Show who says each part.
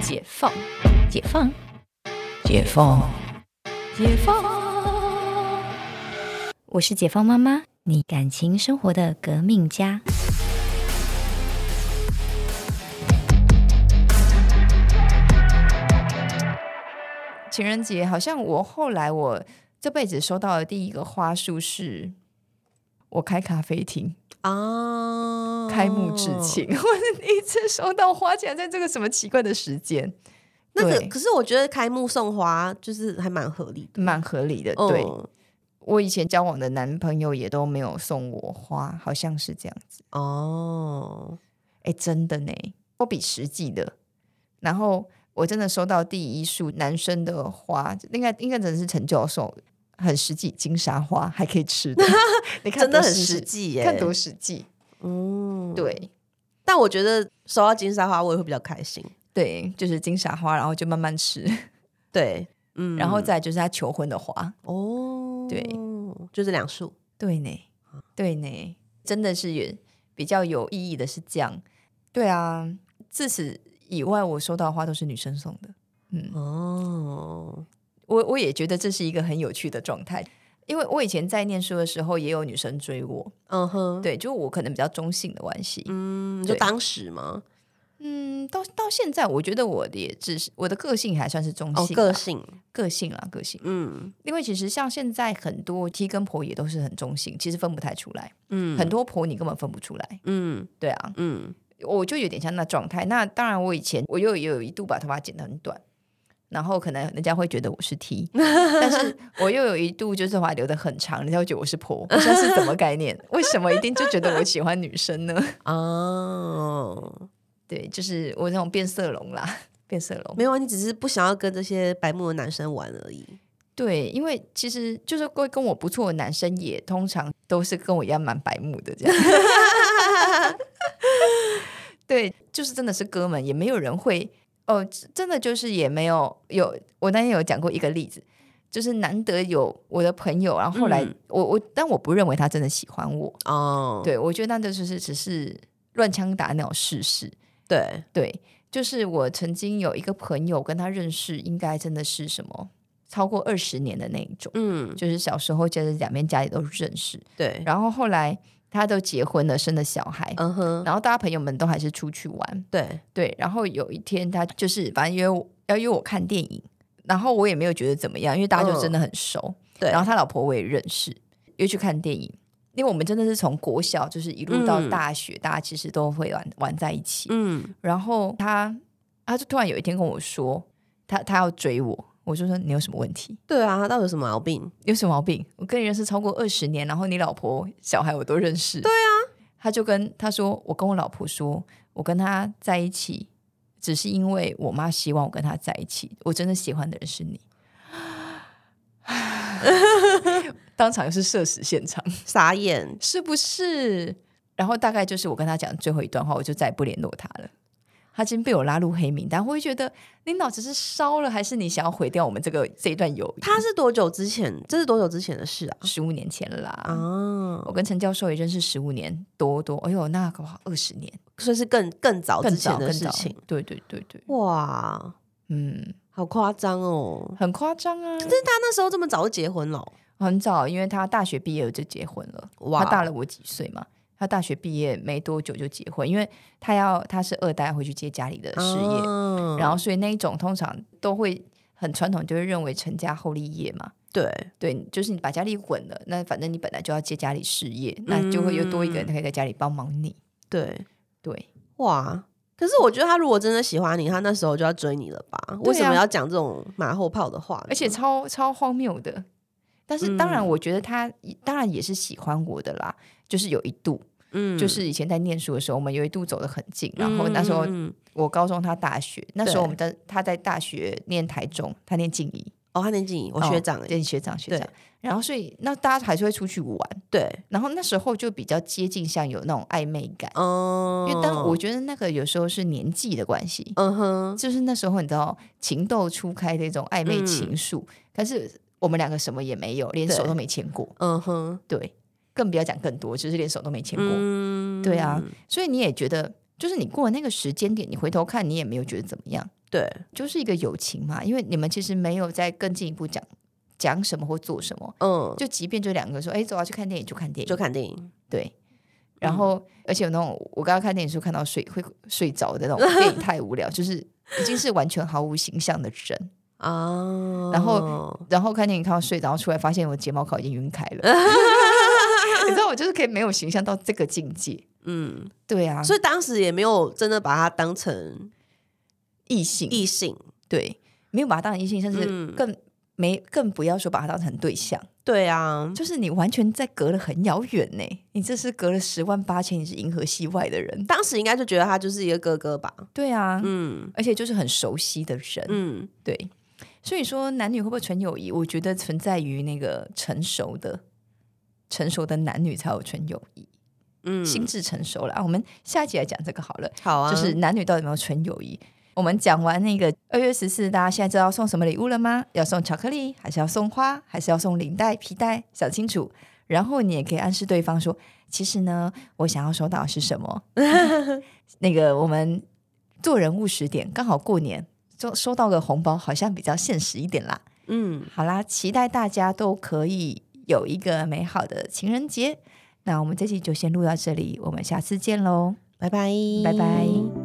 Speaker 1: 解放，解放，解放，解放。
Speaker 2: 我是解放妈妈，你感情生活的革命家。
Speaker 1: 情人节好像我后来我这辈子收到的第一个花束是，我开咖啡厅
Speaker 3: 啊，
Speaker 1: 开幕致庆， 我是第一次收到花，竟然在这个什么奇怪的时间，
Speaker 3: 那个
Speaker 1: 对
Speaker 3: 可是我觉得开幕送花就是还蛮合理的。
Speaker 1: 蛮合理的。对、
Speaker 3: 嗯
Speaker 1: 我以前交往的男朋友也都没有送我花，好像是这样子。
Speaker 3: 哦，
Speaker 1: 哎，真的呢，我比实际的。然后我真的收到第一束男生的花，应该应该真的是陈教授，很实际，金沙花还可以吃 的，你看
Speaker 3: 真的
Speaker 1: 多
Speaker 3: 很实际耶
Speaker 1: 看多实际。
Speaker 3: 嗯，
Speaker 1: 对
Speaker 3: 但我觉得收到金沙花我也会比较开心。
Speaker 1: 对，就是金沙花，然后就慢慢吃，
Speaker 3: 对，嗯，
Speaker 1: 然后再就是他求婚的花。
Speaker 3: 哦，
Speaker 1: 对，
Speaker 3: 就这两束。
Speaker 1: 对呢，对呢，真的是也比较有意义的是这样。对啊，自此以外，我收到的花都是女生送的。嗯
Speaker 3: 哦，
Speaker 1: 我我也觉得这是一个很有趣的状态，因为我以前在念书的时候也有女生追我，
Speaker 3: 嗯哼，，
Speaker 1: 对，就我可能比较中性的关系，
Speaker 3: 嗯，就
Speaker 1: 对
Speaker 3: 当时嘛，
Speaker 1: 嗯，到到现在我觉得我的也只是我的个性还算是中
Speaker 3: 哦，
Speaker 1: 性啦、
Speaker 3: 个性，
Speaker 1: 个性啦个性，
Speaker 3: 嗯
Speaker 1: 因为其实像现在很多 T 跟婆也都是很中性，其实分不太出来，
Speaker 3: 嗯，
Speaker 1: 很，多婆你根本分不出来，
Speaker 3: 嗯
Speaker 1: 对啊，
Speaker 3: 嗯，
Speaker 1: 我就有点像那状态。那当然，我以前我又有一度把头发剪得很短，然后可能人家会觉得我是 T，但是我又有一度就是头发留得很长，人家会觉得我是婆。我现在是什么概念？为什么一定就觉得我喜欢女生呢？
Speaker 3: 哦，
Speaker 1: 对，就是我那种变色龙啦，变色龙。
Speaker 3: 没有啊，你只是不想要跟这些白目的男生玩而已。
Speaker 1: 对，因为其实就是会跟我不错的男生，也通常都是跟我一样蛮白目的这样。 对，就是真的是哥们，也没有人会哦，真的就是也没有有。我那天有讲过一个例子，就是难得有我的朋友，然后后来、
Speaker 3: 嗯
Speaker 1: 我我，但我不认为他真的喜欢我。
Speaker 3: 哦，
Speaker 1: 对，我觉得那就是只是乱枪打鸟试试。
Speaker 3: 对，
Speaker 1: 对，就是我曾经有一个朋友跟他认识，应该真的是什么超过二十年的那一种。
Speaker 3: 嗯，
Speaker 1: 就是小时候就是两边家里都认识，
Speaker 3: 对，
Speaker 1: 然后后来他都结婚了，生了小孩，
Speaker 3: 嗯哼，
Speaker 1: 然后大家朋友们都还是出去玩，
Speaker 3: 对，
Speaker 1: 对。然后有一天他就是反正约我要约我看电影，然后我也没有觉得怎么样，因为大家就真的很熟，
Speaker 3: 嗯对，
Speaker 1: 然后他老婆我也认识，约去看电影。因为我们真的是从国小就是一路到
Speaker 3: 嗯
Speaker 1: 大学，大家其实都会玩玩在一起。
Speaker 3: 嗯，
Speaker 1: 然后他他就突然有一天跟我说，他他要追我，我就说你有什么问题？
Speaker 3: 对啊，他到底有什么毛病？
Speaker 1: 有什么毛病？我跟你认识超过二十年，然后你老婆、小孩我都认识。对啊，他就跟他说，我跟我老婆说，我跟他在一起，只是因为我妈希望我跟他在一起。我真的喜欢的人 是你。当场又是社死现场，
Speaker 3: 傻眼，
Speaker 1: 是不是？然后大概就是我跟他讲最后一段话，我就再也不联络他了。他已经被我拉入黑名单，我会觉得你脑子是烧了，还是你想要毁掉我们这个这一段友谊？
Speaker 3: 他是多久之前？这是多久之前的事啊？
Speaker 1: 十五年前了啦，
Speaker 3: 啊，
Speaker 1: 我跟陈教授也认识十五年多多，哎呦，那搞不好二十年，
Speaker 3: 所以是更更早
Speaker 1: 更
Speaker 3: 之
Speaker 1: 早
Speaker 3: 前
Speaker 1: 更
Speaker 3: 的事
Speaker 1: 早
Speaker 3: 情。。
Speaker 1: 对对对对，
Speaker 3: 哇，
Speaker 1: 嗯，
Speaker 3: 好夸张哦！
Speaker 1: 很夸张啊，
Speaker 3: 但他那时候这么早就结婚了哦，
Speaker 1: 很早，因为他大学毕业就结婚了，
Speaker 3: 哇
Speaker 1: 他大了我几岁嘛。他大学毕业没多久就结婚，因为他要他是二代回去接家里的事业，
Speaker 3: 啊
Speaker 1: 然后所以那一种通常都会很传统，就会认为成家后立业嘛。
Speaker 3: 对，
Speaker 1: 对，就是你把家里稳了，那反正你本来就要接家里事业，那就会又多一
Speaker 3: 嗯
Speaker 1: 个人可以在家里帮忙你。
Speaker 3: 对，
Speaker 1: 对，
Speaker 3: 哇！可是我觉得他如果真的喜欢你，他那时候就要追你了吧？为什么要讲这种马后炮的话呢？
Speaker 1: 啊而且超超荒谬的。但是当
Speaker 3: 嗯
Speaker 1: 然，我觉得他、当然也是喜欢我的啦，就是有一度，
Speaker 3: 嗯
Speaker 1: 就是以前在念书的时候，我们有一度走得很近，然后那时候
Speaker 3: 嗯嗯嗯
Speaker 1: 我高中，他大学，那时
Speaker 3: 对
Speaker 1: 候我们在他在大学念台中，他念静宜，
Speaker 3: 哦，他年纪我学长
Speaker 1: 哦
Speaker 3: 哎，
Speaker 1: 对学长学
Speaker 3: 对
Speaker 1: 长，然后所以那大家还是会出去玩，
Speaker 3: 对，
Speaker 1: 然后那时候就比较接近，像有那种暧昧感，
Speaker 3: 哦，
Speaker 1: 因为当我觉得那个有时候是年纪的关系，
Speaker 3: 嗯哼，
Speaker 1: 就是那时候你知道情窦初开的一种暧昧
Speaker 3: 嗯
Speaker 1: 情愫，但是我们两个什么也没有，连
Speaker 3: 对
Speaker 1: 手都没牵过，
Speaker 3: 嗯哼，
Speaker 1: 对，更不要讲更多，就是连手都没牵过，
Speaker 3: 嗯
Speaker 1: 对啊，所以你也觉得，就是你过了那个时间点，你回头看，你也没有觉得怎么样，
Speaker 3: 对，
Speaker 1: 就是一个友情嘛，因为你们其实没有再更进一步讲讲什么或做什么，
Speaker 3: 嗯，
Speaker 1: 就即便就两个人说，哎，走啊，去看电影就看电影，
Speaker 3: 就看嗯电影，
Speaker 1: 对。然后，而且有那种我刚刚看电影时候看到睡会睡着的那种电影太无聊，就是已经是完全毫无形象的人。
Speaker 3: 啊，
Speaker 1: 然后然后看电影看到睡着，然后出来发现我睫毛膏已经晕开 了。你知道我就是可以没有形象到这个境界。
Speaker 3: 嗯，
Speaker 1: 对啊，
Speaker 3: 所以当时也没有真的把它当成
Speaker 1: 异性
Speaker 3: 异性，
Speaker 1: 对，没有把它当成异性，甚至
Speaker 3: 嗯
Speaker 1: 更没更不要说把它当成对象，
Speaker 3: 对啊，
Speaker 1: 就是你完全在隔了很遥远呢。你这是隔了十万八千，你是银河系外的人。
Speaker 3: 当时应该就觉得他就是一个哥哥吧，
Speaker 1: 对啊，
Speaker 3: 嗯
Speaker 1: 而且就是很熟悉的人。
Speaker 3: 嗯，
Speaker 1: 对，所以说男女会不会纯友谊，我觉得存在于那个成熟的、成熟的男女才有纯友谊，
Speaker 3: 嗯
Speaker 1: 心智成熟了啊。我们下一集来讲这个好了，
Speaker 3: 好啊，
Speaker 1: 就是男女到底有没有纯友谊。我们讲完那个二月十四，大家现在知道送什么礼物了吗？要送巧克力，还是要送花，还是要送领带、皮带？想清楚。然后你也可以暗示对方说，其实呢，我想要收到的是什 么？那个我们做人务实点，刚好过年收收到个红包，好像比较现实一点啦。
Speaker 3: 嗯，
Speaker 1: 好啦，期待大家都可以有一个美好的情人节。那我们这期就先录到这里，我们下次见喽，
Speaker 3: 拜拜，
Speaker 1: 拜拜。